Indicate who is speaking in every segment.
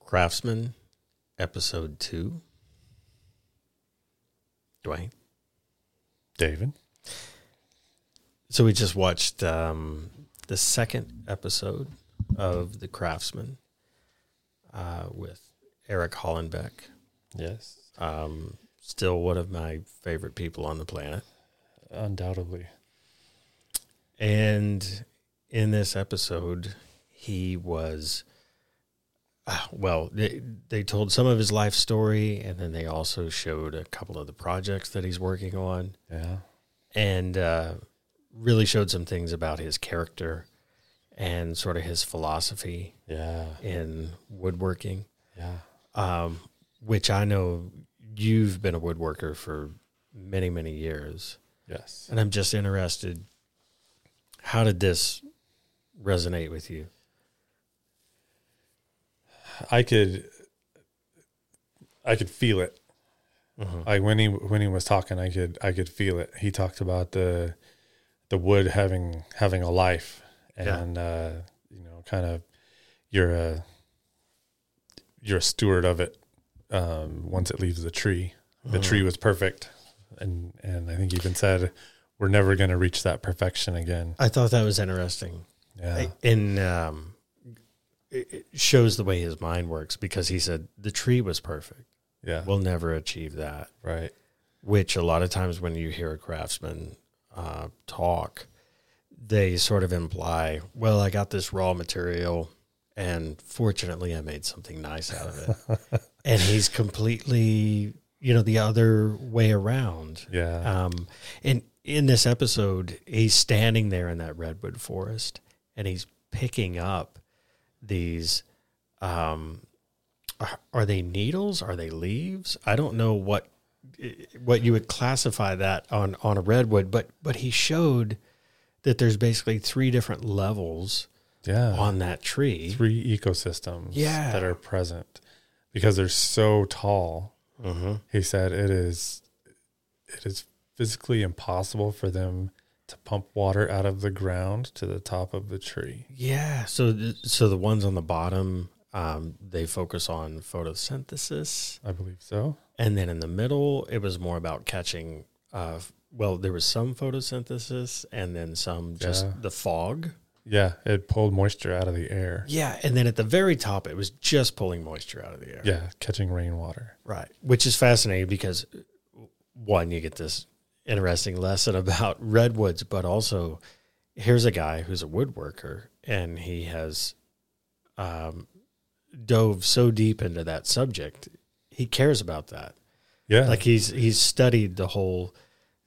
Speaker 1: Craftsman, episode two. Dwayne.
Speaker 2: David.
Speaker 1: So we just watched um, the second episode of The Craftsman uh, with Eric Hollenbeck.
Speaker 2: Yes.
Speaker 1: Um, still one of my favorite people on the planet.
Speaker 2: Undoubtedly.
Speaker 1: And in this episode, he was, ah, well, they, they told some of his life story, and then they also showed a couple of the projects that he's working on,
Speaker 2: Yeah.
Speaker 1: and uh, really showed some things about his character and sort of his philosophy
Speaker 2: Yeah.
Speaker 1: in woodworking,
Speaker 2: Yeah.
Speaker 1: um, which I know you've been a woodworker for many, many years.
Speaker 2: Yes.
Speaker 1: And I'm just interested how did this resonate with you?
Speaker 2: I could I could feel it.
Speaker 1: Mhm.
Speaker 2: Like when he when he was talking, I could I could feel it. He talked about the the wood having having a life
Speaker 1: Yeah.
Speaker 2: and uh you know, kind of you're a you're a steward of it um once it leaves the tree. The tree was perfect. And and I think he even said we're never gonna reach that perfection again.
Speaker 1: I thought that was interesting.
Speaker 2: Yeah.
Speaker 1: I- And um, it it shows the way his mind works because he said the tree was perfect.
Speaker 2: yeah.
Speaker 1: We'll never achieve that.
Speaker 2: right.
Speaker 1: Which a lot of times when you hear a craftsman uh, talk, they sort of imply, well, I got this raw material and fortunately I made something nice out of it. and he's completely, you know, the other way around.
Speaker 2: Yeah.
Speaker 1: Um, and in this episode, he's standing there in that redwood forest, and he's picking up these. Um, are- are they needles? Are they leaves? I don't know what what you would classify that on on a redwood, but but he showed that there's basically three different levels
Speaker 2: yeah.
Speaker 1: on that tree.
Speaker 2: three ecosystems
Speaker 1: Yeah.
Speaker 2: that are present because they're so tall.
Speaker 1: Mm-hmm.
Speaker 2: He said it is it is physically impossible for them to pump water out of the ground to the top of the tree.
Speaker 1: Yeah. So th- so the ones on the bottom, um, they focus on photosynthesis.
Speaker 2: I believe so.
Speaker 1: And then in the middle, it was more about catching. Uh, f- well, there was some photosynthesis, and then some just
Speaker 2: Yeah.
Speaker 1: the fog.
Speaker 2: Yeah, it pulled moisture out of the air.
Speaker 1: Yeah, and then at the very top, it was just pulling moisture out of the air.
Speaker 2: Yeah, catching rainwater.
Speaker 1: right. Which is fascinating because uh, one, you get this interesting lesson about redwoods, but also here's a guy who's a woodworker, and he has um, dove so deep into that subject. He cares about that.
Speaker 2: Yeah.
Speaker 1: like he's he's studied the whole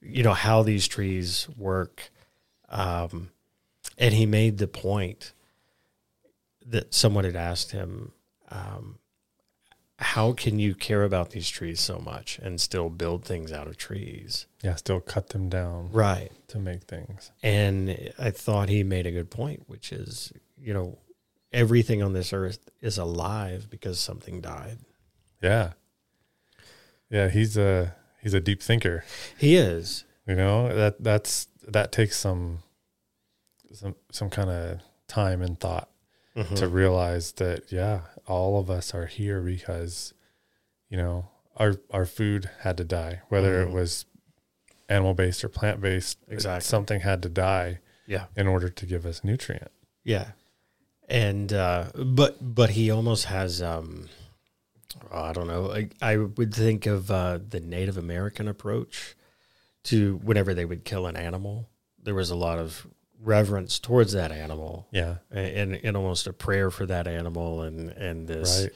Speaker 1: you know how these trees work um and he made the point that someone had asked him um how can you care about these trees so much and still build things out of trees
Speaker 2: yeah, still cut them down
Speaker 1: right
Speaker 2: to make things.
Speaker 1: and i thought he made a good point which is you know everything on this earth is alive because something died
Speaker 2: Yeah. Yeah, he's a he's a deep thinker.
Speaker 1: he is
Speaker 2: you know that that's that takes some some some kind of time and thought to realize that yeah all of us are here because you know our our food had to die whether
Speaker 1: Mhm.
Speaker 2: it was animal based or plant based
Speaker 1: Exactly.
Speaker 2: something had to die
Speaker 1: yeah
Speaker 2: in order to give us nutrient
Speaker 1: Yeah, and uh, but but he almost has um, I don't know. I, I would think of uh, the Native American approach to whenever they would kill an animal. There was a lot of reverence towards that animal,
Speaker 2: yeah
Speaker 1: a- and and almost a prayer for that animal, and and this
Speaker 2: right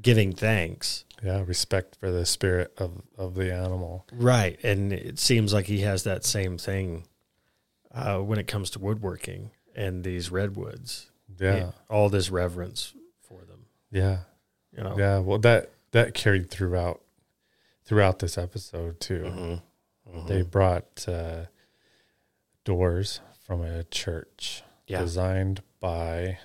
Speaker 1: giving thanks.
Speaker 2: yeah respect for the spirit of of the animal
Speaker 1: Right, and it seems like he has that same thing uh, when it comes to woodworking and these redwoods.
Speaker 2: yeah
Speaker 1: all this reverence for them.
Speaker 2: yeah
Speaker 1: You know.
Speaker 2: yeah well that that carried throughout throughout this episode too
Speaker 1: Mm-hmm.
Speaker 2: They
Speaker 1: Mm.
Speaker 2: brought uh, doors from a church
Speaker 1: yeah.
Speaker 2: designed by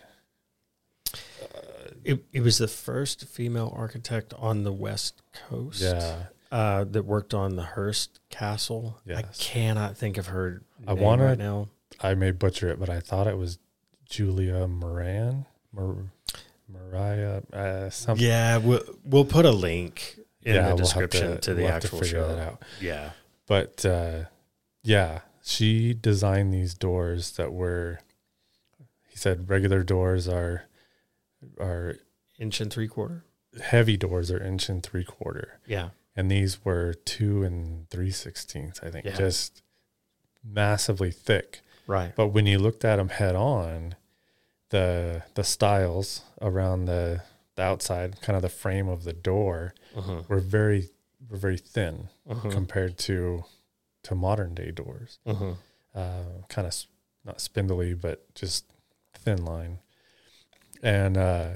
Speaker 1: It, it was the first female architect on the West Coast
Speaker 2: yeah.
Speaker 1: uh, that worked on the Hearst Castle. I
Speaker 2: Yes.
Speaker 1: cannot think of her
Speaker 2: I
Speaker 1: name
Speaker 2: wanna-
Speaker 1: right now.
Speaker 2: I may butcher it, but I thought it was Julia Moran, Mar- Mariah. Uh, uh, something.
Speaker 1: Yeah, we'll we'll put a link in
Speaker 2: Yeah,
Speaker 1: the
Speaker 2: we'll have
Speaker 1: description to, the
Speaker 2: we'll have
Speaker 1: actual
Speaker 2: figure
Speaker 1: show.
Speaker 2: that out.
Speaker 1: Yeah.
Speaker 2: But uh, yeah, she designed these doors that were. He said regular doors are are
Speaker 1: Inch and three quarter.
Speaker 2: heavy doors are inch and three quarter,
Speaker 1: Yeah.
Speaker 2: and these were two and three sixteenths. I think
Speaker 1: Yeah.
Speaker 2: just massively thick.
Speaker 1: Right.
Speaker 2: But when you looked at them head on, the the styles around the, the outside, kind of the frame of the door,
Speaker 1: Uh-huh.
Speaker 2: were very were very thin
Speaker 1: Uh-huh.
Speaker 2: compared to to modern day doors.
Speaker 1: Uh-huh.
Speaker 2: Uh, kind of s- not spindly, but just thin line. And uh,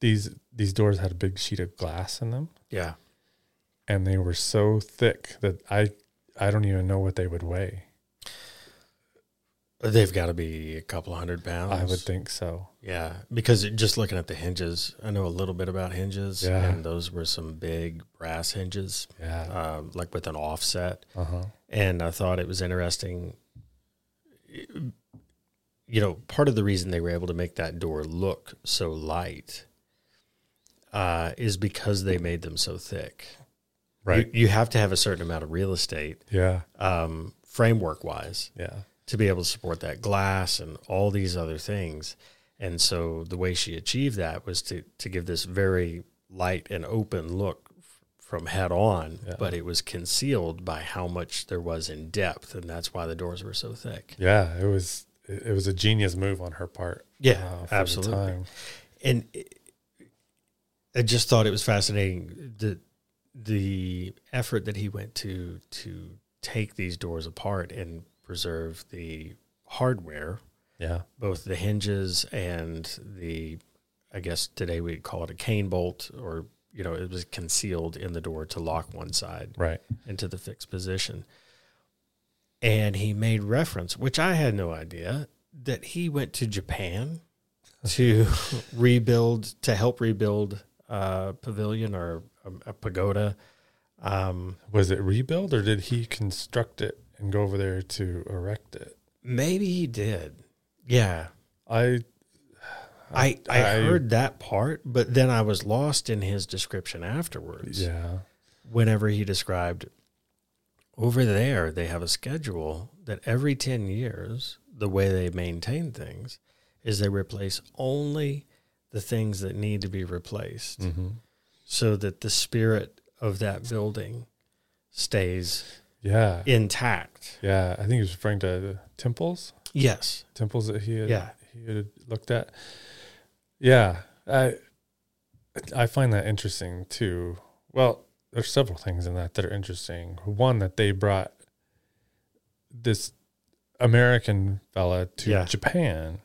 Speaker 2: these these doors had a big sheet of glass in them,
Speaker 1: Yeah.
Speaker 2: and they were so thick that I I don't even know what they would weigh.
Speaker 1: They've got to be a couple hundred pounds.
Speaker 2: I would think so.
Speaker 1: Yeah, because it- just looking at the hinges, I know a little bit about hinges,
Speaker 2: Yeah.
Speaker 1: and those were some big brass hinges,
Speaker 2: Yeah.
Speaker 1: um, like with an offset.
Speaker 2: Uh huh.
Speaker 1: And I thought it was interesting. You know, part of the reason they were able to make that door look so light uh, is because they made them so thick.
Speaker 2: Right.
Speaker 1: You, you have to have a certain amount of real estate,
Speaker 2: yeah.
Speaker 1: um, framework wise,
Speaker 2: Yeah.
Speaker 1: to be able to support that glass and all these other things. And so the way she achieved that was to to give this very light and open look f- from head on,
Speaker 2: Yeah.
Speaker 1: but it was concealed by how much there was in depth, and that's why the doors were so thick.
Speaker 2: Yeah, it was it it was a genius move on her part.
Speaker 1: Yeah,
Speaker 2: uh, for the
Speaker 1: absolutely.
Speaker 2: time.
Speaker 1: And it, I just thought it was fascinating the the effort that he went to to take these doors apart and preserve the hardware
Speaker 2: Yeah,
Speaker 1: both the hinges and the I guess today we'd call it a cane bolt or you know it was concealed in the door to lock one side
Speaker 2: right.
Speaker 1: into the fixed position. And he made reference, which I had no idea, that he went to Japan to rebuild to help rebuild a pavilion or a, a pagoda. Um,
Speaker 2: Was it rebuild or did he construct it and go over there to erect it?
Speaker 1: maybe he did. Yeah,
Speaker 2: I
Speaker 1: I, I
Speaker 2: I-
Speaker 1: heard that part, but then I was lost in his description afterwards.
Speaker 2: yeah
Speaker 1: Whenever he described over there, they have a schedule that every 10 years, the way they maintain things is they replace only the things that need to be replaced
Speaker 2: hmm
Speaker 1: so that the spirit of that building stays
Speaker 2: yeah
Speaker 1: intact.
Speaker 2: yeah. I think he was referring to the temples,
Speaker 1: Yes.
Speaker 2: temples that he had
Speaker 1: Yeah.
Speaker 2: he had looked at. Yeah, I I find that interesting too. Well, there's several things in that that are interesting. One that they brought this American fella to
Speaker 1: Yeah.
Speaker 2: Japan,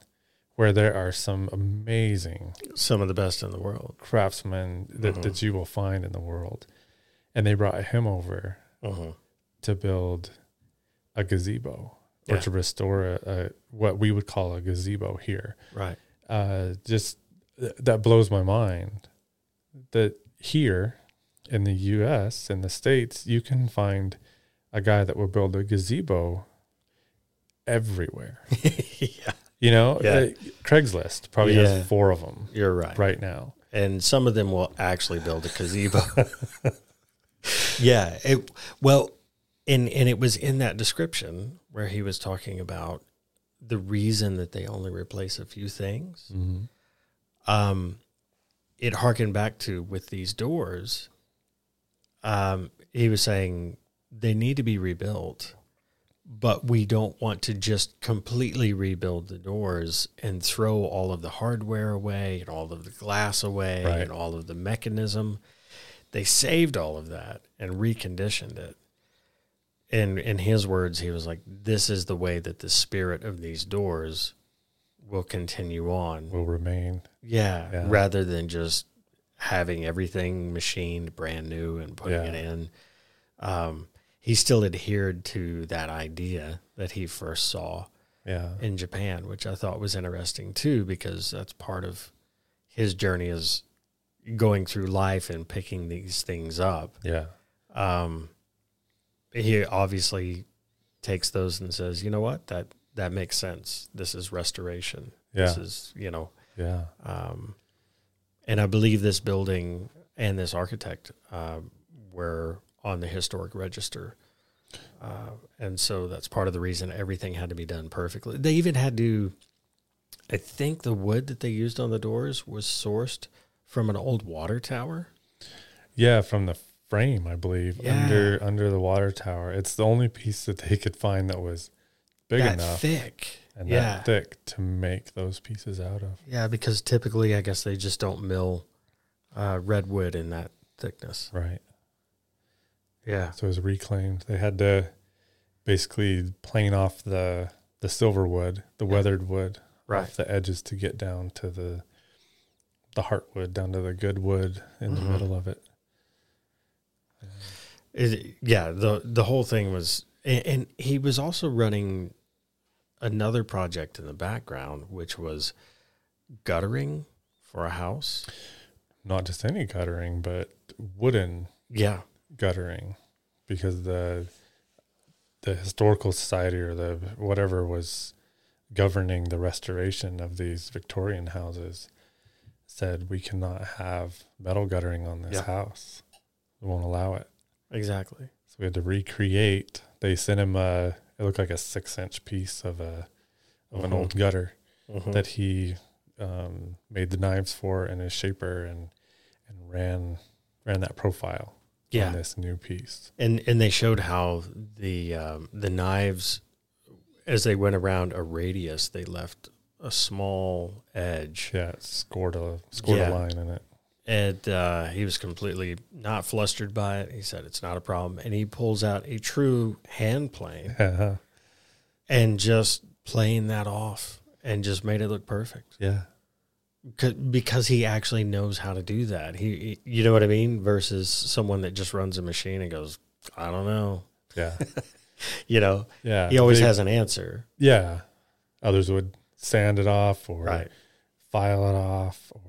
Speaker 2: where there are some amazing
Speaker 1: Some of the best in the world.
Speaker 2: craftsmen that,
Speaker 1: Mhm.
Speaker 2: that you will find in the world, and they brought him over
Speaker 1: Uh-huh.
Speaker 2: to build a gazebo or
Speaker 1: Yeah.
Speaker 2: to restore a, a what we would call a gazebo here
Speaker 1: Right.
Speaker 2: uh, just th- that blows my mind that here in the US in the states you can find a guy that will build a gazebo everywhere
Speaker 1: yeah.
Speaker 2: you know
Speaker 1: Yeah.
Speaker 2: Uh, Craigslist probably
Speaker 1: Yeah.
Speaker 2: has four of them
Speaker 1: You're right.
Speaker 2: right now
Speaker 1: and some of them will actually build a gazebo. yeah, it well, and and it was in that description where he was talking about the reason that they only replace a few things.
Speaker 2: mm-hmm.
Speaker 1: Um, it harkened back to with these doors. Um, he was saying they need to be rebuilt, but we don't want to just completely rebuild the doors and throw all of the hardware away and all of the glass away
Speaker 2: Right.
Speaker 1: and all of the mechanism. They saved all of that and reconditioned it. And in his words, he was like, This is the way that the spirit of these doors will continue on.
Speaker 2: will remain
Speaker 1: Yeah,
Speaker 2: Yeah.
Speaker 1: rather than just having everything machined brand new and putting
Speaker 2: Yeah.
Speaker 1: it in. Um, he still adhered to that idea that he first saw
Speaker 2: yeah
Speaker 1: in Japan, which I thought was interesting too, because that's part of his journey is going through life and picking these things up.
Speaker 2: yeah
Speaker 1: Um, he obviously takes those and says, you know what, that that makes sense. This is restoration.
Speaker 2: yeah
Speaker 1: This is you know
Speaker 2: yeah
Speaker 1: um, And I believe this building and this architect um, were on the historic register. Uh, and so that's part of the reason everything had to be done perfectly. They even had to, I think the wood that they used on the doors was sourced from an old water tower.
Speaker 2: Yeah, from the frame, I believe,
Speaker 1: Yeah.
Speaker 2: under under the water tower. It's the only piece that they could find that was big
Speaker 1: that
Speaker 2: enough
Speaker 1: thick.
Speaker 2: and
Speaker 1: yeah.
Speaker 2: that thick to make those pieces out of.
Speaker 1: Yeah, because typically, I guess they just don't mill uh, redwood in that thickness.
Speaker 2: Right.
Speaker 1: Yeah.
Speaker 2: So it was reclaimed. They had to basically plane off the the silver wood, the
Speaker 1: Yeah.
Speaker 2: weathered wood,
Speaker 1: Right.
Speaker 2: off the edges to get down to the the heartwood, down to the good wood in
Speaker 1: Mhm.
Speaker 2: the middle of it.
Speaker 1: It, yeah. The the whole thing was, and, and he was also running another project in the background, which was guttering for a house.
Speaker 2: Not just any guttering, but wooden
Speaker 1: Yeah.
Speaker 2: guttering because the the historical society or the whatever was governing the restoration of these Victorian houses said we cannot have metal guttering on this
Speaker 1: Yeah.
Speaker 2: house. We won't allow it.
Speaker 1: Exactly.
Speaker 2: So we had to recreate. They sent him a it looked like a six inch piece of a of an
Speaker 1: Mhm.
Speaker 2: old gutter
Speaker 1: Mhm.
Speaker 2: that he um, made the knives for and his shaper and and ran ran that profile on
Speaker 1: yeah.
Speaker 2: this new piece.
Speaker 1: And and they showed how the um, the knives, as they went around a radius, they left a small edge.
Speaker 2: Yeah, it scored a scored
Speaker 1: Yeah.
Speaker 2: a line in it.
Speaker 1: And uh, he was completely not flustered by it. He said, It's not a problem. And he pulls out a true hand plane
Speaker 2: yeah.
Speaker 1: and just playing that off and just made it look perfect 'Cause- because he actually knows how to do that. He, he- you know what I mean? Versus someone that just runs a machine and goes, I don't know.
Speaker 2: Yeah.
Speaker 1: You know,
Speaker 2: Yeah.
Speaker 1: he always
Speaker 2: They-
Speaker 1: has an answer.
Speaker 2: Yeah. Others would sand it off or
Speaker 1: Right.
Speaker 2: file it off or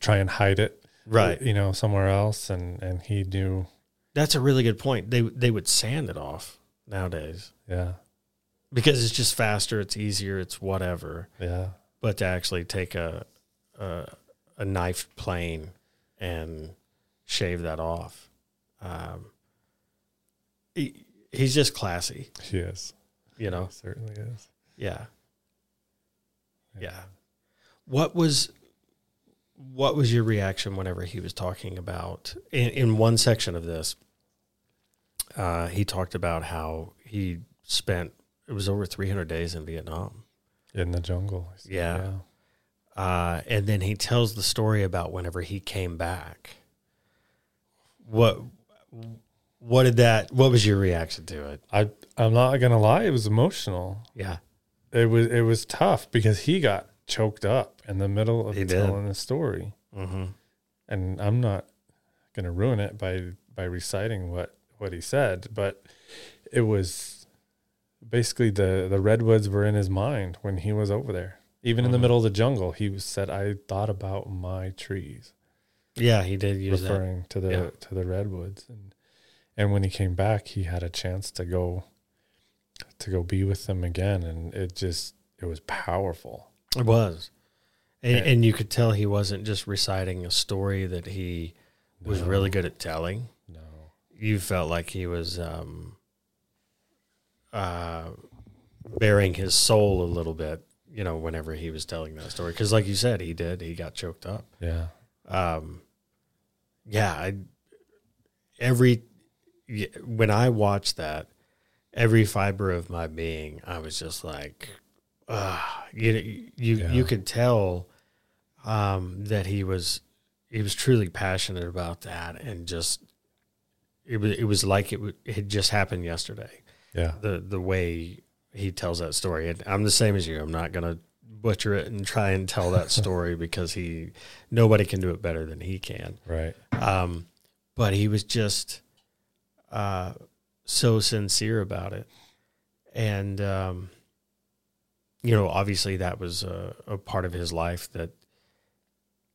Speaker 2: try and hide it.
Speaker 1: Right.
Speaker 2: You know, somewhere else and and he knew
Speaker 1: That's a really good point. They, they would sand it off nowadays
Speaker 2: yeah.
Speaker 1: because it's just faster, it's easier, it's whatever.
Speaker 2: Yeah.
Speaker 1: but to actually take a a, a knife plane and shave that off. Um, he, he's just classy,
Speaker 2: He is.
Speaker 1: you know.
Speaker 2: He certainly is.
Speaker 1: Yeah, yeah. What was what was your reaction whenever he was talking about in, in one section of this? Uh, he talked about how he spent it was over 300 days in Vietnam.
Speaker 2: In the jungle. He said,
Speaker 1: Yeah. uh, and then he tells the story about whenever he came back. What what did that? What was your reaction to it?
Speaker 2: I I'm not gonna lie, it was emotional.
Speaker 1: Yeah,
Speaker 2: It was it was tough because he got choked up in the middle of
Speaker 1: He did.
Speaker 2: telling the story.
Speaker 1: mm-hmm.
Speaker 2: and I'm not going to ruin it by by reciting what what he said, but it was basically the the redwoods were in his mind when he was over there. Even in the
Speaker 1: Mhm.
Speaker 2: middle of the jungle, he was- said, "I thought about my trees,"
Speaker 1: yeah, he did use that.
Speaker 2: referring to the
Speaker 1: Yeah.
Speaker 2: to the redwoods. And and when he came back, he had a chance to go to go be with them again, and it just it was powerful.
Speaker 1: It was, and,
Speaker 2: Yeah.
Speaker 1: and you could tell he wasn't just reciting a story that he was
Speaker 2: No,
Speaker 1: really good at telling.
Speaker 2: no,
Speaker 1: You felt like he was um, uh, bearing his soul a little bit, you know, whenever he was telling that story. Because, like you said, he did. He got choked up.
Speaker 2: yeah,
Speaker 1: um yeah I, every y- when i watched that every fiber of my being i was just like uh you you
Speaker 2: Yeah.
Speaker 1: you could tell um that he was he was truly passionate about that and just it was it was like it, w- it had just happened yesterday
Speaker 2: yeah,
Speaker 1: the the way he tells that story. And I'm the same as you. I'm not gonna butcher it and try and tell that story because he nobody can do it better than he can.
Speaker 2: right,
Speaker 1: Um, but he was just uh, so sincere about it, and um, you know, obviously that was a, a part of his life that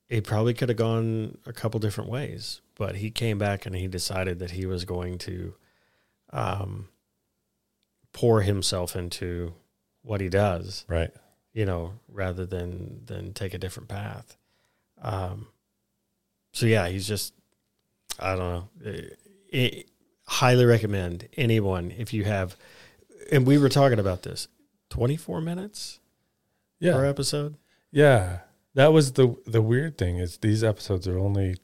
Speaker 1: it probably could have gone a couple different ways. But he came back and he decided that he was going to um, pour himself into what he does
Speaker 2: right,
Speaker 1: you know, rather than than take a different path. Um, so yeah, he's just I don't know. It- it- highly recommend anyone if you have. And we were talking about this. Twenty four minutes
Speaker 2: Yeah.
Speaker 1: per episode.
Speaker 2: Yeah. That was the the weird thing is these episodes are only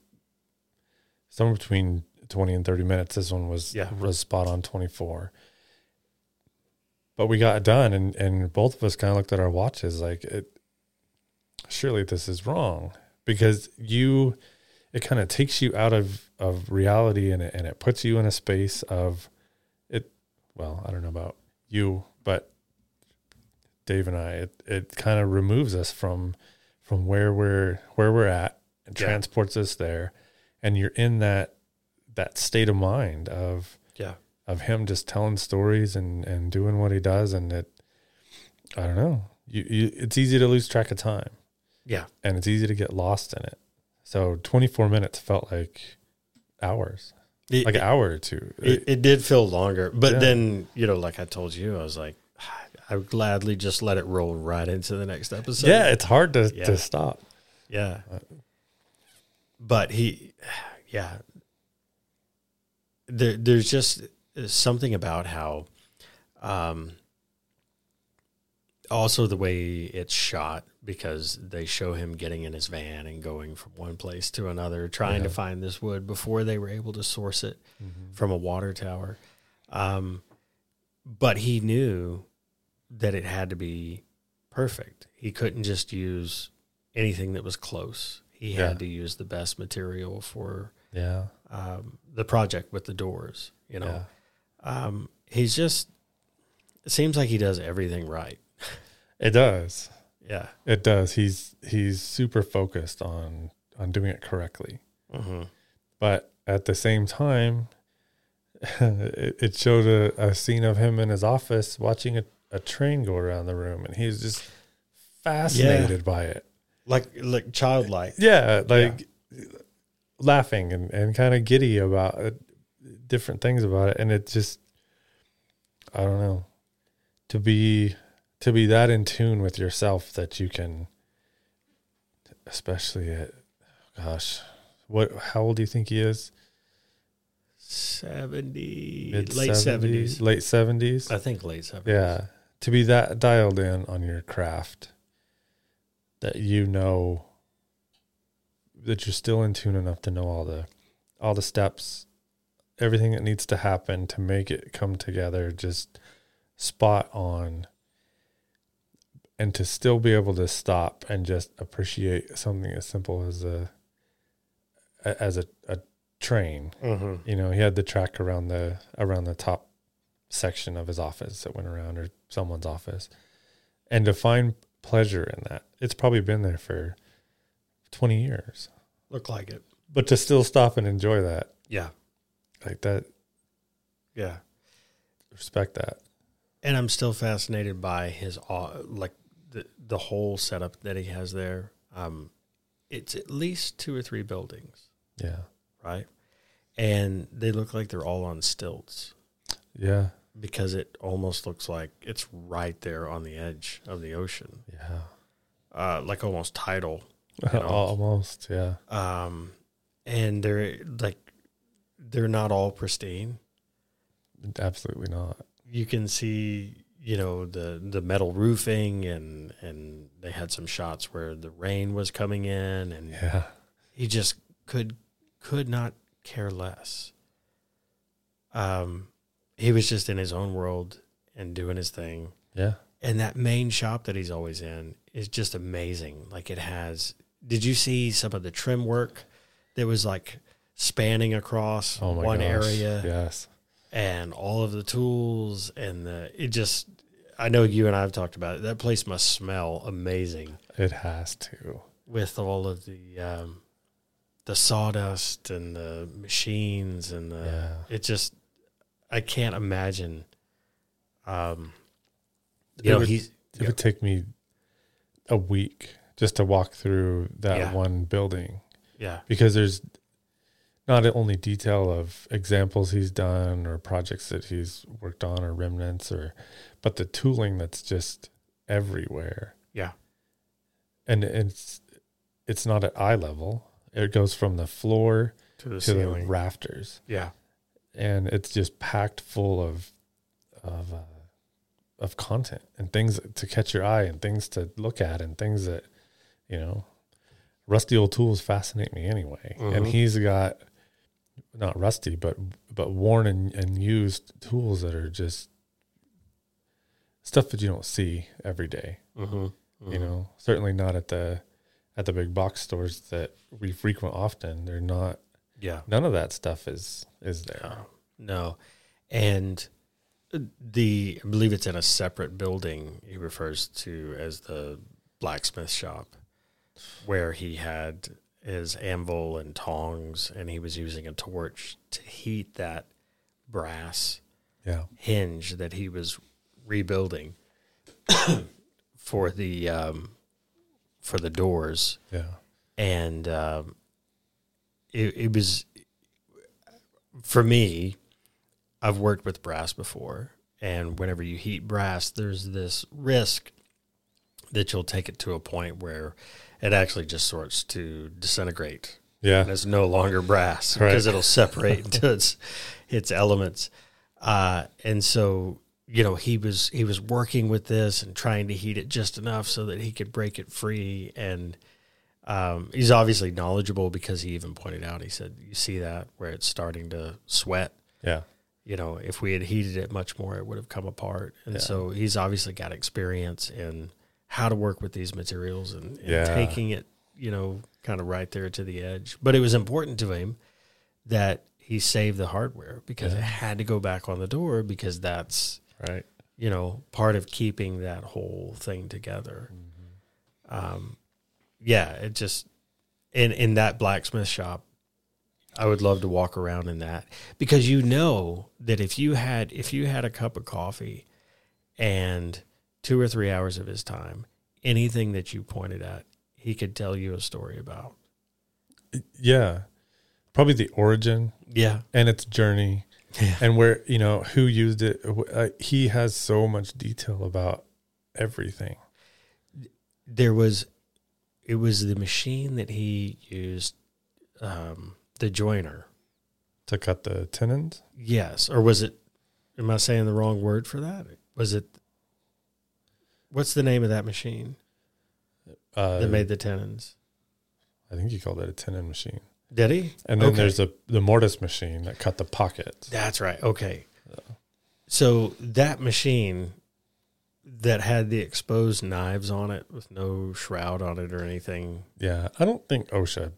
Speaker 2: somewhere between 20 and 30 minutes. This one was
Speaker 1: Yeah.
Speaker 2: was spot on 24. But we got done and and both of us kind of looked at our watches like it surely this is wrong because you it kind of takes you out of of reality and it, and it puts you in a space of it well, I don't know about you, but Dave and I, it, it kind of removes us from from where we're where we're at and
Speaker 1: Yeah.
Speaker 2: transports us there. And you're in that that state of mind of
Speaker 1: Yeah.
Speaker 2: of him just telling stories and and doing what he does and it I don't know. You, you it's easy to lose track of time
Speaker 1: Yeah.
Speaker 2: and it's easy to get lost in it. So 24 minutes felt like hours,
Speaker 1: It,
Speaker 2: like an hour or two.
Speaker 1: it, it did feel longer, but
Speaker 2: Yeah.
Speaker 1: then you know, like I told you, I was like, "Ah, I would gladly just let it roll right into the next episode.
Speaker 2: yeah, it's hard to,
Speaker 1: Yeah.
Speaker 2: to stop.
Speaker 1: Yeah. Uh, But he, yeah. There, there's just uh, something about how, um, also the way it's shot because they show him getting in his van and going from one place to another, trying to
Speaker 2: Yeah.
Speaker 1: find this wood before they were able to source it from a water tower. Um, but he knew that it had to be perfect. He couldn't just use anything that was close. He had
Speaker 2: Yeah.
Speaker 1: to use the best material for
Speaker 2: Yeah.
Speaker 1: um, the project with the doors. You know, um, he's just. It seems like he does everything right.
Speaker 2: It does.
Speaker 1: Yeah.
Speaker 2: It does. He's he's super focused on on doing it correctly.
Speaker 1: Mm-hmm.
Speaker 2: But at the same time, it, it showed a, a scene of him in his office watching a, a train go around the room and he's just fascinated by it.
Speaker 1: Like like childlike.
Speaker 2: Yeah, like laughing and, and kind of giddy about it, different things about it. And it just, I don't know, to be to be that in tune with yourself that you can, especially at, gosh, what? How old do you think he is?
Speaker 1: Seventy
Speaker 2: Mid
Speaker 1: late seventies.
Speaker 2: late seventies.
Speaker 1: I think late seventies.
Speaker 2: Yeah. To be that dialed in on your craft that you know that you're still in tune enough to know all the all the steps, everything that needs to happen to make it come together just spot on and to still be able to stop and just appreciate something as simple as a a- as a, a train
Speaker 1: Mm-hmm.
Speaker 2: you know he had the track around the around the top section of his office that went around or someone's office and to find pleasure in that it's probably been there for 20 years
Speaker 1: Look like it.
Speaker 2: but to still stop and enjoy that
Speaker 1: Yeah.
Speaker 2: like that
Speaker 1: Yeah.
Speaker 2: respect that
Speaker 1: and I'm still fascinated by his au- like the the whole setup that he has there. Um, it's at least two or three buildings,
Speaker 2: yeah
Speaker 1: right? And they look like they're all on stilts
Speaker 2: yeah
Speaker 1: because it almost looks like it's right there on the edge of the ocean,
Speaker 2: yeah
Speaker 1: uh, like almost tidal. You know.
Speaker 2: almost yeah
Speaker 1: Um, and they're like they're not all pristine.
Speaker 2: absolutely not
Speaker 1: you can see you know the the metal roofing and and they had some shots where the rain was coming in and
Speaker 2: yeah
Speaker 1: he just could could not care less um he was just in his own world and doing his thing
Speaker 2: yeah
Speaker 1: and that main shop that he's always in is just amazing like it has did you see some of the trim work that was like spanning across
Speaker 2: oh
Speaker 1: one
Speaker 2: my gosh.
Speaker 1: area
Speaker 2: yes
Speaker 1: and all of the tools and the it just I know you and I have talked about it. That place must smell amazing
Speaker 2: it has to
Speaker 1: with all of the um, the sawdust and the machines and the
Speaker 2: Yeah.
Speaker 1: it just I can't imagine. Um,
Speaker 2: It
Speaker 1: you know
Speaker 2: would-
Speaker 1: he's
Speaker 2: it would take me a week just to walk through that
Speaker 1: Yeah.
Speaker 2: one building
Speaker 1: yeah
Speaker 2: because there's not only detail of examples he's done or projects that he's worked on or remnants or but the tooling that's just everywhere
Speaker 1: Yeah.
Speaker 2: and it's it's not at eye level It goes from the floor
Speaker 1: to the
Speaker 2: to
Speaker 1: ceiling.
Speaker 2: the rafters,
Speaker 1: yeah.
Speaker 2: and it's just packed full of of uh, of content and things to catch your eye and things to look at and things that you know. Rusty old tools fascinate me anyway, and
Speaker 1: Mhm.
Speaker 2: he's got not rusty, but but worn and, and used tools that are just stuff that you don't see every day
Speaker 1: Mm-hmm.
Speaker 2: you know certainly not at the at the big box stores that we frequent often they're not
Speaker 1: Yeah.
Speaker 2: none of that stuff is is there
Speaker 1: No. No. And uh, the I believe it's in a separate building he refers to as the blacksmith shop where he had his anvil and tongs and he was using a torch to heat that brass
Speaker 2: yeah
Speaker 1: hinge that he was rebuilding for the um, for the doors
Speaker 2: yeah
Speaker 1: and um, it, it was for me i've worked with brass before and whenever you heat brass there's this risk that you'll take it to a point where it actually just sorts to disintegrate and
Speaker 2: yeah
Speaker 1: it's no longer brass
Speaker 2: Right.
Speaker 1: because it'll separate into its its elements. Uh, and so you know he was he was working with this and trying to heat it just enough so that he could break it free. And um, he's obviously knowledgeable because he even pointed out he said you see that where it's starting to sweat.
Speaker 2: yeah
Speaker 1: You know if we had heated it much more, it would have come apart. And
Speaker 2: Yeah.
Speaker 1: so he's obviously got experience in how to work with these materials and, and
Speaker 2: Yeah.
Speaker 1: taking it you know, kind of right there to the edge. But it was important to him that he saved the hardware because it
Speaker 2: Yeah.
Speaker 1: had to go back on the door because that's,
Speaker 2: right
Speaker 1: you know, part of keeping that whole thing together. Um, yeah, it just in in that blacksmith shop, I would love to walk around in that because you know that if you had if you had a cup of coffee and two or three hours of his time, anything that you pointed at, he could tell you a story about.
Speaker 2: yeah probably the origin
Speaker 1: Yeah,
Speaker 2: and its journey
Speaker 1: Yeah.
Speaker 2: and where you know who used it wh- uh, he has so much detail about everything
Speaker 1: there was it was the machine that he used, um, the joiner.
Speaker 2: to cut the tenons
Speaker 1: Yes, or was it? Am I saying the wrong word for that? Was it? What's the name of that machine
Speaker 2: uh,
Speaker 1: that made the tenons?
Speaker 2: i think he called it a tenon machine
Speaker 1: Did he?
Speaker 2: and then
Speaker 1: Okay.
Speaker 2: there's the the mortise machine that cut the pockets
Speaker 1: That's right. Okay. So that machine that had the exposed knives on it with no shroud on it or anything.
Speaker 2: yeah i don't think osha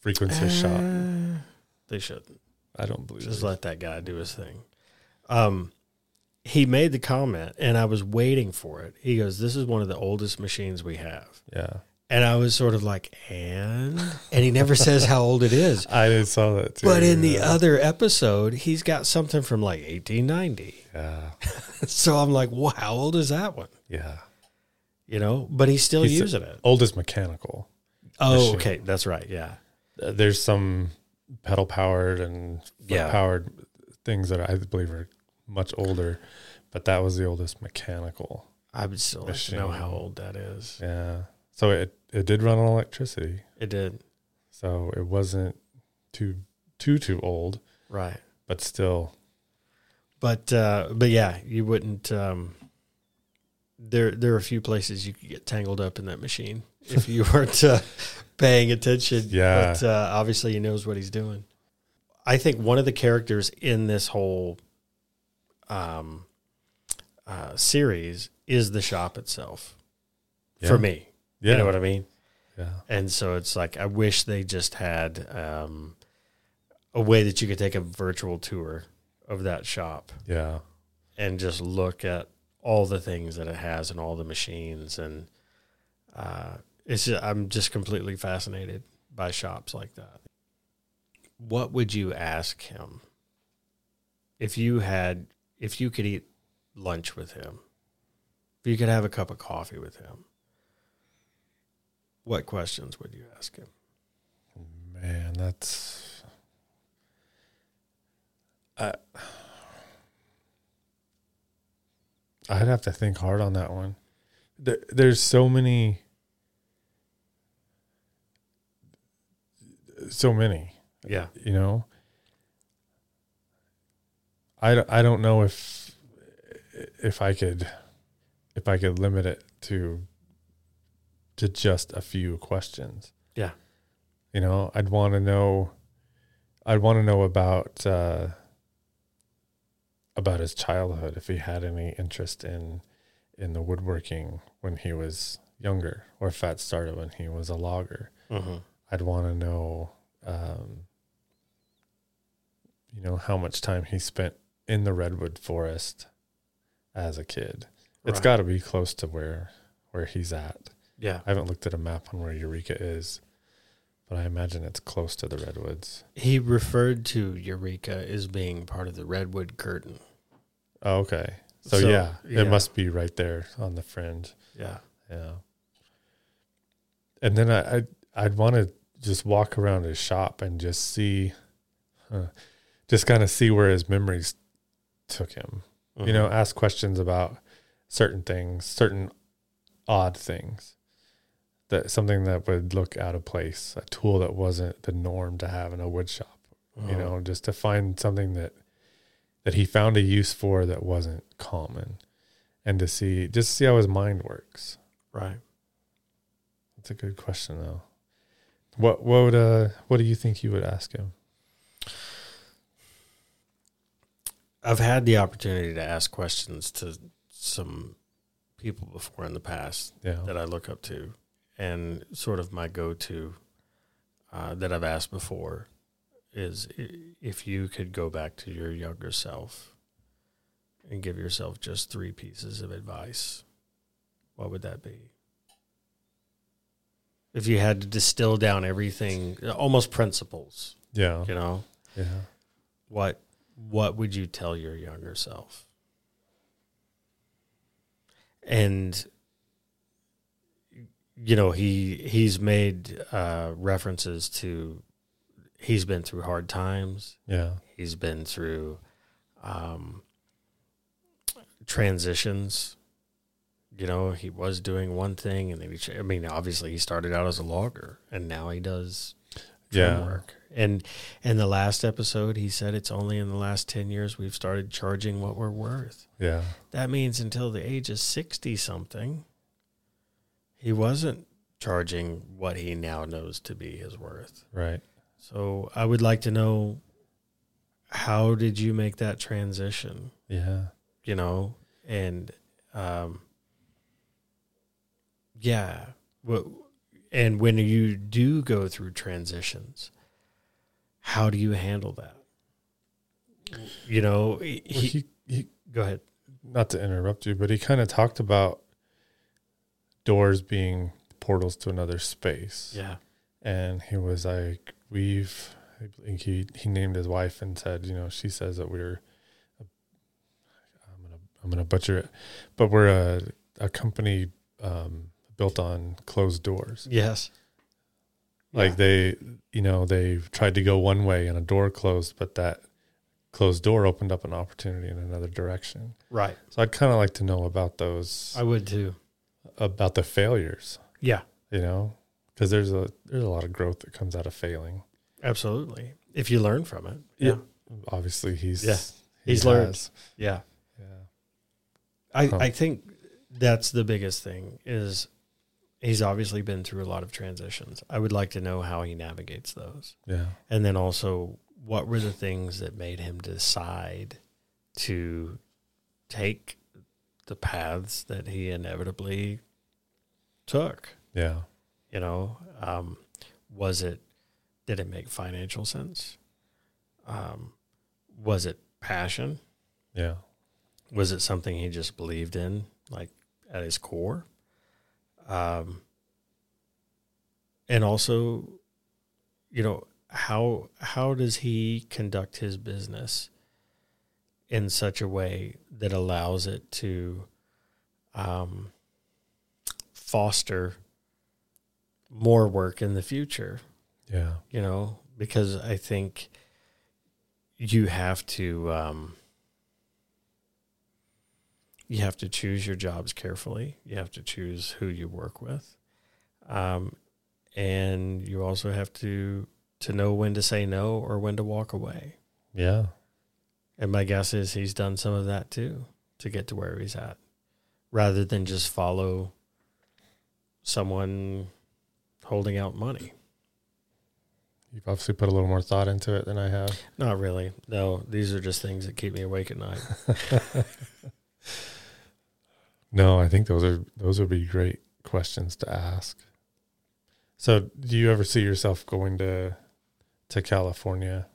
Speaker 2: frequency shot
Speaker 1: Uh, They should
Speaker 2: I don't believe
Speaker 1: just
Speaker 2: it.
Speaker 1: let that guy do his thing. Um, he made the comment, and I was waiting for it. He goes, "This is one of the oldest machines we have."
Speaker 2: yeah.
Speaker 1: And I was sort of like, and? And he never says how old it is.
Speaker 2: I did saw that too.
Speaker 1: But in the
Speaker 2: yeah.
Speaker 1: other episode, he's got something from like 1890.
Speaker 2: yeah,
Speaker 1: So I'm like, well, how old is that one?
Speaker 2: yeah,
Speaker 1: You know, but he's still
Speaker 2: He's-
Speaker 1: using it.
Speaker 2: oldest mechanical.
Speaker 1: Oh,
Speaker 2: machine.
Speaker 1: okay. That's right. Yeah.
Speaker 2: Uh, There's some pedal powered and
Speaker 1: Yeah.
Speaker 2: powered things that I believe are much older, but that was the oldest mechanical.
Speaker 1: I would still like to know
Speaker 2: Machine.
Speaker 1: how old that is.
Speaker 2: Yeah, so it it did run on electricity,
Speaker 1: It did.
Speaker 2: so it wasn't too too too old,
Speaker 1: Right.
Speaker 2: but still,
Speaker 1: But, uh, but yeah, you wouldn't, um, there, there are a few places you could get tangled up in that machine if you weren't uh, paying attention.
Speaker 2: Yeah.
Speaker 1: But uh, obviously, he knows what he's doing. I think one of the characters in this whole um, uh, series is the shop itself
Speaker 2: Yeah.
Speaker 1: for me.
Speaker 2: yeah,
Speaker 1: You know what I mean?
Speaker 2: yeah,
Speaker 1: And so it's like, I wish they just had um, a way that you could take a virtual tour of that shop
Speaker 2: yeah,
Speaker 1: and just look at all the things that it has and all the machines and uh, it's ju- I'm just completely fascinated by shops like that. What would you ask him if you had if you could eat lunch with him? If you could have a cup of coffee with him? What questions would you ask him?
Speaker 2: man, that's. I I'd have to think hard on that one. There, there's so many so many,
Speaker 1: Yeah.
Speaker 2: you know. I, d- I don't know if if I could if I could limit it to to just a few questions.
Speaker 1: Yeah.
Speaker 2: You know, I'd want to know I'd want to know about uh about his childhood if he had any interest in in the woodworking when he was younger or if that started when he was a logger.
Speaker 1: Mm-hmm.
Speaker 2: I'd want to know, um, you know, how much time he spent in the redwood forest as a kid. It's
Speaker 1: Right.
Speaker 2: got to be close to where where he's at.
Speaker 1: Yeah.
Speaker 2: I haven't looked at a map on where Eureka is, but I imagine it's close to the redwoods.
Speaker 1: He referred to Eureka as being part of the Redwood Curtain.
Speaker 2: Oh, okay, so,
Speaker 1: So,
Speaker 2: yeah,
Speaker 1: yeah.
Speaker 2: it must be right there on the fringe.
Speaker 1: Yeah.
Speaker 2: Yeah, and then I I'd, I'd want to just walk around his shop and just see, huh, just kind of see where his memories took him. you
Speaker 1: Mm-hmm.
Speaker 2: know ask questions about certain things certain odd things that something that would look out of place a tool that wasn't the norm to have in a wood shop
Speaker 1: Uh-huh.
Speaker 2: you
Speaker 1: Oh,
Speaker 2: know just to find something that that he found a use for that wasn't common and to see just see how his mind works
Speaker 1: Right.
Speaker 2: that's a good question though what what would uh what do you think you would ask him
Speaker 1: I've had the opportunity to ask questions to some people before in the past
Speaker 2: yeah
Speaker 1: that I look up to, and sort of my go-to uh, that I've asked before is i- if you could go back to your younger self and give yourself just three pieces of advice, what would that be? If you had to distill down everything, almost principles,
Speaker 2: yeah
Speaker 1: you know,
Speaker 2: yeah
Speaker 1: what what would you tell your younger self and you know he he's made uh references to he's been through hard times
Speaker 2: yeah
Speaker 1: he's been through um transitions you know he was doing one thing and then he cha- i mean obviously he started out as a logger and now he does trim
Speaker 2: yeah
Speaker 1: work. And in the last episode, he said it's only in the last 10 years we've started charging what we're worth.
Speaker 2: yeah
Speaker 1: That means until the age of 60 something, he wasn't charging what he now knows to be his worth.
Speaker 2: right
Speaker 1: So I would like to know how did you make that transition?
Speaker 2: yeah
Speaker 1: you know, and um, yeah, what, and when you do go through transitions, how do you handle that? You know, he,
Speaker 2: Well, he, he
Speaker 1: go ahead.
Speaker 2: not to interrupt you, but he kind of talked about doors being portals to another space.
Speaker 1: Yeah,
Speaker 2: And he was like, We've, I think he, he named his wife and said, You know, she says that we're, I'm going to I'm gonna butcher it, but we're a, a company um, built on closed doors.
Speaker 1: yes,
Speaker 2: Like they, you know, they tried to go one way and a door closed, but that closed door opened up an opportunity in another direction.
Speaker 1: right.
Speaker 2: So I'd kind of like to know about those
Speaker 1: I would too.
Speaker 2: about the failures,
Speaker 1: Yeah,
Speaker 2: you know, because there's a there's a lot of growth that comes out of failing.
Speaker 1: absolutely. If you learn from it,
Speaker 2: Yeah. Obviously, he's
Speaker 1: Yeah.
Speaker 2: he
Speaker 1: He's learned.
Speaker 2: has.
Speaker 1: yeah.
Speaker 2: Yeah,
Speaker 1: I,
Speaker 2: Huh.
Speaker 1: I think that's the biggest thing is he's obviously been through a lot of transitions. I would like to know how he navigates those.
Speaker 2: yeah,
Speaker 1: And then also, what were the things that made him decide to take the paths that he inevitably took?
Speaker 2: yeah,
Speaker 1: You know, um, was it, did it make financial sense? Um, was it passion?
Speaker 2: yeah,
Speaker 1: Was it something he just believed in, like at his core? Um, and also, you know, how how does he conduct his business in such a way that allows it to um, foster more work in the future?
Speaker 2: yeah,
Speaker 1: you know, because I think you have to um, you have to choose your jobs carefully. You have to choose who you work with, um, and you also have to to know when to say no or when to walk away.
Speaker 2: Yeah.
Speaker 1: And my guess is he's done some of that too to get to where he's at rather than just follow someone holding out money.
Speaker 2: You've obviously put a little more thought into it than I have.
Speaker 1: Not really. No, these are just things that keep me awake at night.
Speaker 2: No, I think those are those would be great questions to ask. So, do you ever see yourself going to to California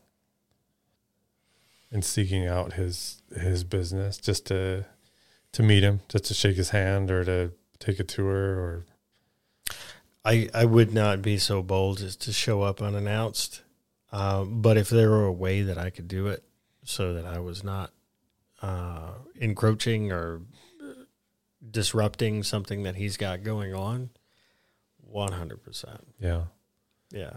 Speaker 2: and seeking out his his business just to to meet him, just to shake his hand or to take a tour or
Speaker 1: I, I would not be so bold as to show up unannounced. Um, but if there were a way that I could do it so that I was not uh, encroaching or disrupting something that he's got going on, 100%.
Speaker 2: yeah.
Speaker 1: Yeah.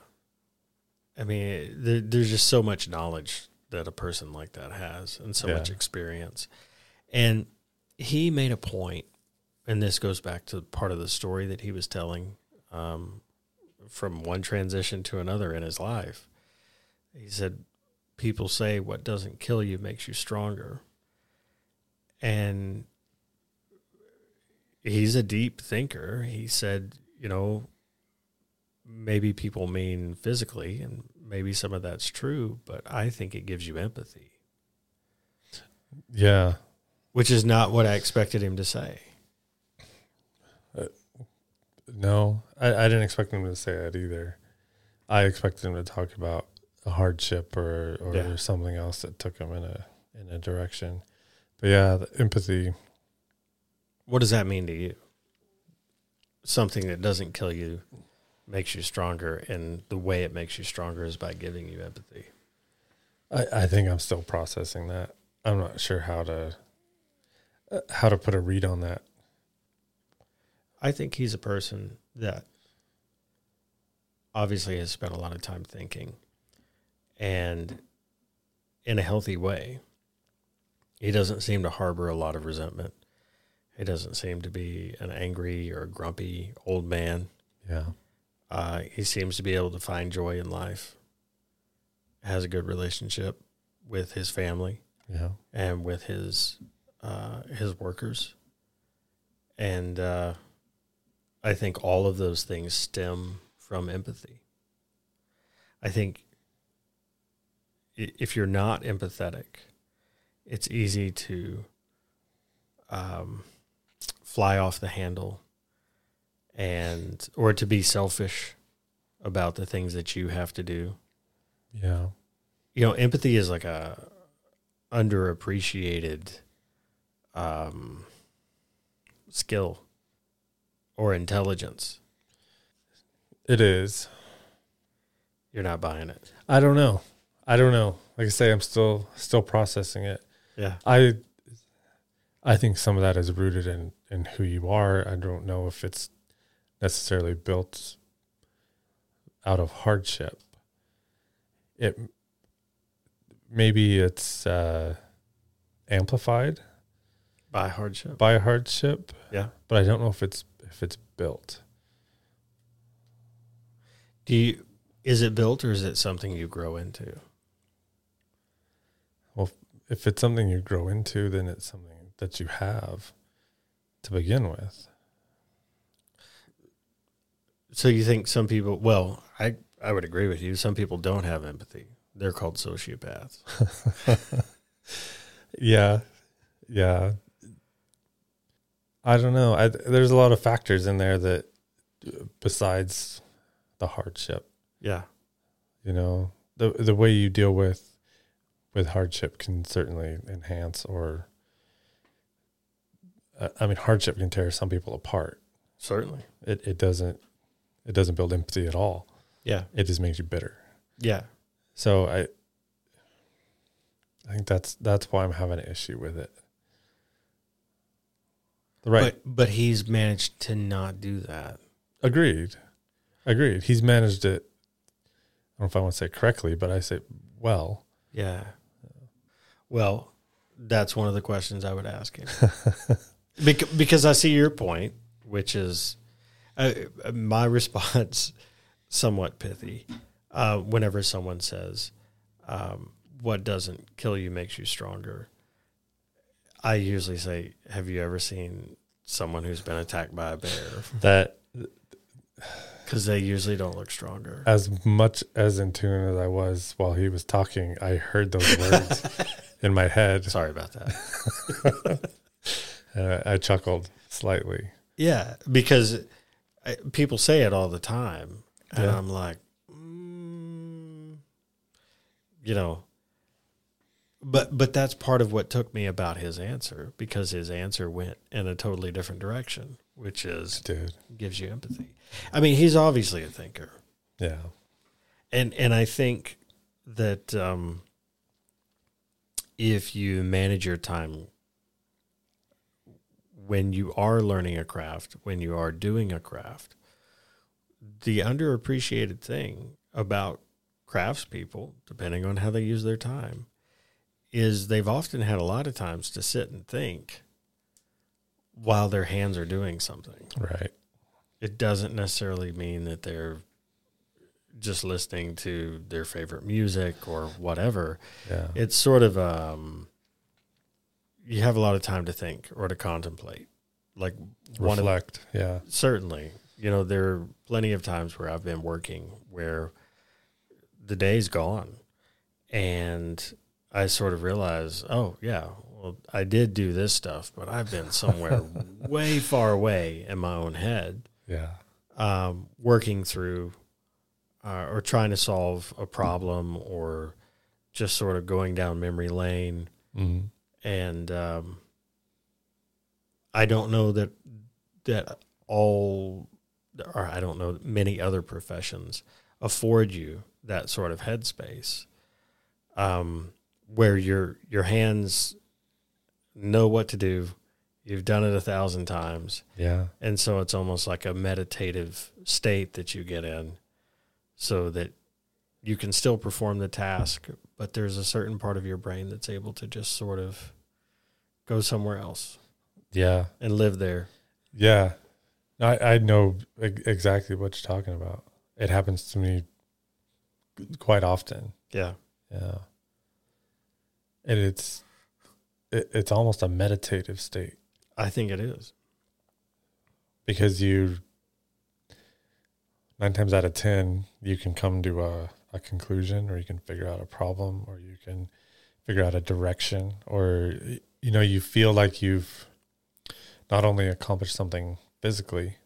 Speaker 1: I mean, there, there's just so much knowledge that a person like that has and so
Speaker 2: Yeah.
Speaker 1: much experience. And he made a point, and this goes back to part of the story that he was telling um, from one transition to another in his life. He said, People say what doesn't kill you makes you stronger. And he's a deep thinker. He said, You know, maybe people mean physically, and maybe some of that's true, but I think it gives you empathy,
Speaker 2: Yeah.
Speaker 1: which is not what I expected him to say.
Speaker 2: No, I, I didn't expect him to say that either. I expected him to talk about a hardship or or
Speaker 1: Yeah.
Speaker 2: something else that took him in a in a direction. But yeah, the empathy.
Speaker 1: What does that mean to you? Something that doesn't kill you makes you stronger, and the way it makes you stronger is by giving you empathy.
Speaker 2: I, I think I'm still processing that. I'm not sure how to uh, how to put a read on that.
Speaker 1: I think he's a person that obviously has spent a lot of time thinking and in a healthy way. He doesn't seem to harbor a lot of resentment. He doesn't seem to be an angry or grumpy old man.
Speaker 2: Yeah.
Speaker 1: Uh, he seems to be able to find joy in life, has a good relationship with his family
Speaker 2: Yeah.
Speaker 1: and with his uh, his workers, and uh, I think all of those things stem from empathy. I think i- if you're not empathetic, it's easy to um, fly off the handle and or to be selfish about the things that you have to do
Speaker 2: Yeah.
Speaker 1: you know empathy is like a underappreciated um skill or intelligence
Speaker 2: It is.
Speaker 1: you're not buying it
Speaker 2: I don't know. I don't know. Like I say, I'm still still processing it.
Speaker 1: yeah
Speaker 2: I I think some of that is rooted in in who you are. I don't know if it's necessarily built out of hardship. It maybe it's uh, amplified
Speaker 1: by hardship
Speaker 2: by hardship.
Speaker 1: Yeah.
Speaker 2: but I don't know if it's if it's built.
Speaker 1: do you is it built or is it something you grow into
Speaker 2: If it's something you grow into, then it's something that you have to begin with.
Speaker 1: so you think some people well i i would agree with you some people don't have empathy they're called sociopaths
Speaker 2: yeah yeah i don't know I, there's a lot of factors in there that besides the hardship
Speaker 1: yeah
Speaker 2: you know the the way you deal with with hardship can certainly enhance or uh, i mean hardship can tear some people apart
Speaker 1: certainly
Speaker 2: it it doesn't it doesn't build empathy at all
Speaker 1: yeah
Speaker 2: it just makes you bitter
Speaker 1: yeah
Speaker 2: so i i think that's that's why i'm having an issue with it right
Speaker 1: but but he's managed to not do that
Speaker 2: agreed agreed he's managed it i don't know if i want to say correctly but i say well
Speaker 1: Yeah. Well, that's one of the questions I would ask him. Bec- because I see your point, which is uh, my response somewhat pithy uh, whenever someone says, um, "What doesn't kill you makes you stronger," I usually say, "Have you ever seen someone who's been attacked by a bear?"
Speaker 2: That
Speaker 1: Because they usually don't look stronger.
Speaker 2: as much as in tune as I was while he was talking, I heard those words in my head.
Speaker 1: Sorry about that.
Speaker 2: And I, I chuckled slightly.
Speaker 1: Yeah, because I, people say it all the time, and
Speaker 2: Yeah.
Speaker 1: I'm like, mm, you know. But but that's part of what took me about his answer because his answer went in a totally different direction, which is
Speaker 2: Dude.
Speaker 1: gives you empathy. I mean, he's obviously a thinker,
Speaker 2: Yeah.
Speaker 1: and and I think that um, if you manage your time when you are learning a craft, when you are doing a craft, the underappreciated thing about craftspeople, depending on how they use their time, is they've often had a lot of times to sit and think while their hands are doing something
Speaker 2: Right.
Speaker 1: it doesn't necessarily mean that they're just listening to their favorite music or whatever.
Speaker 2: Yeah.
Speaker 1: It's sort of um, you have a lot of time to think or to contemplate. Like one of
Speaker 2: Reflect. yeah.
Speaker 1: certainly, you know, there are plenty of times where I've been working where the day's gone, and I sort of realize, oh yeah, well I did do this stuff, but I've been somewhere way far away in my own head
Speaker 2: Yeah.
Speaker 1: um, working through uh, or trying to solve a problem or just sort of going down memory lane.
Speaker 2: Mm.
Speaker 1: And um, I don't know that that all, or I don't know that many other professions afford you that sort of headspace, um, where your your hands know what to do. You've done it a thousand times.
Speaker 2: Yeah.
Speaker 1: And so it's almost like a meditative state that you get in so that you can still perform the task, but there's a certain part of your brain that's able to just sort of go somewhere else
Speaker 2: Yeah.
Speaker 1: and live there.
Speaker 2: Yeah. I, I know e- exactly what you're talking about. It happens to me quite often.
Speaker 1: Yeah.
Speaker 2: Yeah. And it's it, it's almost a meditative state
Speaker 1: I think it is.
Speaker 2: because you nine times out of ten you can come to a, a conclusion or you can figure out a problem or you can figure out a direction or you know you feel like you've not only accomplished something physically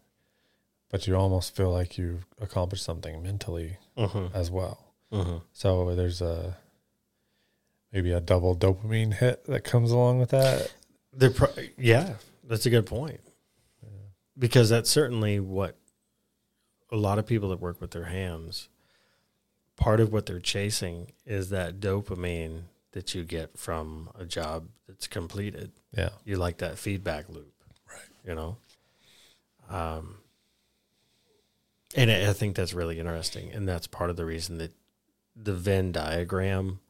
Speaker 2: but you almost feel like you've accomplished something mentally
Speaker 1: Uh-huh.
Speaker 2: as well
Speaker 1: Uh-huh.
Speaker 2: so there's a maybe a double dopamine hit that comes along with that
Speaker 1: They're pro- yeah, that's a good point. Because that's certainly what a lot of people that work with their hands, part of what they're chasing is that dopamine that you get from a job that's completed.
Speaker 2: yeah
Speaker 1: you like that feedback loop,
Speaker 2: Right.
Speaker 1: You know, um, and I I think that's really interesting, and that's part of the reason that the Venn diagram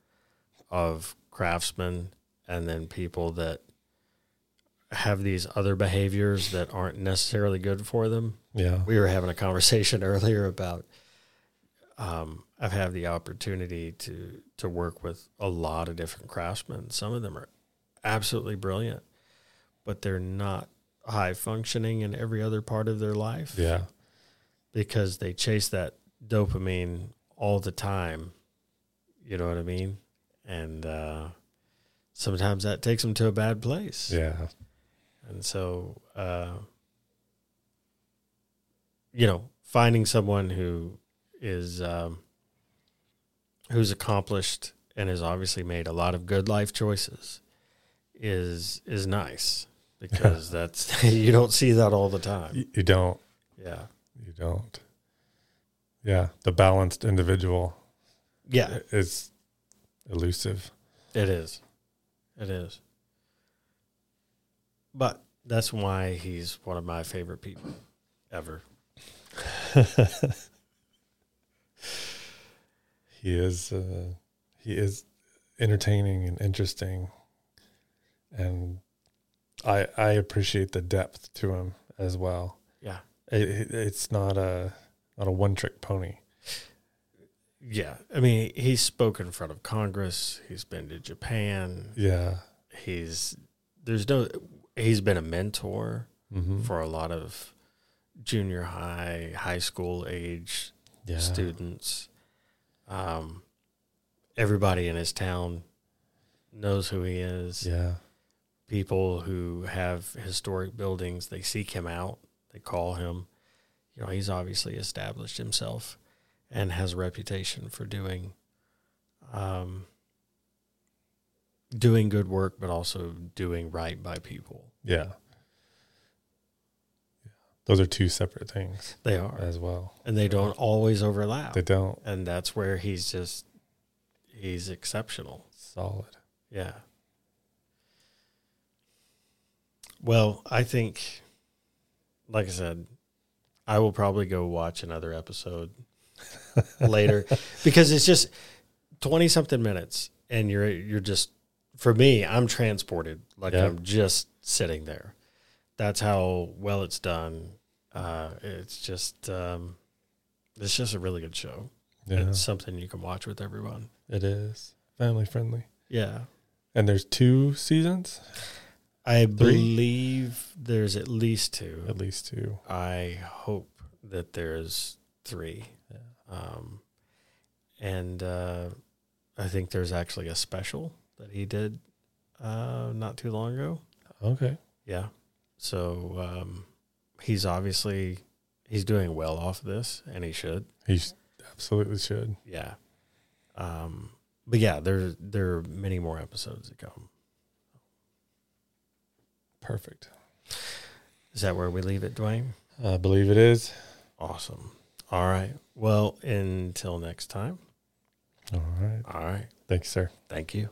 Speaker 1: of craftsmen and then people that have these other behaviors that aren't necessarily good for them.
Speaker 2: yeah
Speaker 1: We were having a conversation earlier about um, I've had the opportunity to to work with a lot of different craftsmen. Some of them are absolutely brilliant, but they're not high functioning in every other part of their life
Speaker 2: yeah
Speaker 1: because they chase that dopamine all the time. You know what I mean? And uh, sometimes that takes them to a bad place.
Speaker 2: yeah
Speaker 1: And so, uh, you know, finding someone who is um, who's accomplished and has obviously made a lot of good life choices is is nice because that's you don't see that all the time.
Speaker 2: you, you don't
Speaker 1: Yeah,
Speaker 2: You don't. Yeah, the balanced individual
Speaker 1: yeah,
Speaker 2: is elusive.
Speaker 1: it is, it is. But that's why he's one of my favorite people ever.
Speaker 2: He is uh, he is entertaining and interesting, and I I appreciate the depth to him as well.
Speaker 1: Yeah.
Speaker 2: it, it- it's not a not a one trick pony.
Speaker 1: yeah, I mean, he spoke in front of Congress. He's been to Japan.
Speaker 2: Yeah.
Speaker 1: He's there's no. He's been a mentor
Speaker 2: Mm-hmm.
Speaker 1: for a lot of junior high, high school age
Speaker 2: yeah.
Speaker 1: students. Um, everybody in his town knows who he is.
Speaker 2: Yeah.
Speaker 1: People who have historic buildings, they seek him out, they call him. You know, he's obviously established himself and has a reputation for doing um, doing good work, but also doing right by people.
Speaker 2: Yeah. Yeah. Those are two separate things
Speaker 1: They are.
Speaker 2: as well.
Speaker 1: And they don't always overlap.
Speaker 2: They don't
Speaker 1: and that's where he's just he's exceptional.
Speaker 2: solid.
Speaker 1: Yeah. Well, I think, like I said, I will probably go watch another episode later because it's just twenty something minutes, and you're you're just for me, I'm transported like
Speaker 2: Yeah.
Speaker 1: I'm just sitting there. That's how well it's done. Uh, it's just um, it's just a really good show.
Speaker 2: Yeah.
Speaker 1: It's something you can watch with everyone.
Speaker 2: It is family friendly.
Speaker 1: Yeah.
Speaker 2: And there's two seasons,
Speaker 1: I believe there's at least two.
Speaker 2: at least two.
Speaker 1: I hope that there's three.
Speaker 2: Yeah.
Speaker 1: Um, and uh, I think there's actually a special that he did uh, not too long ago.
Speaker 2: Okay.
Speaker 1: Yeah. So um, he's obviously he's doing well off of this, and he should.
Speaker 2: He sh- absolutely should.
Speaker 1: Yeah. Um, but yeah, there there are many more episodes to come.
Speaker 2: Perfect.
Speaker 1: Is that where we leave it, Dwayne?
Speaker 2: I believe it is.
Speaker 1: Awesome. All right. Well, until next time.
Speaker 2: All right.
Speaker 1: All right.
Speaker 2: Thanks, sir.
Speaker 1: Thank you.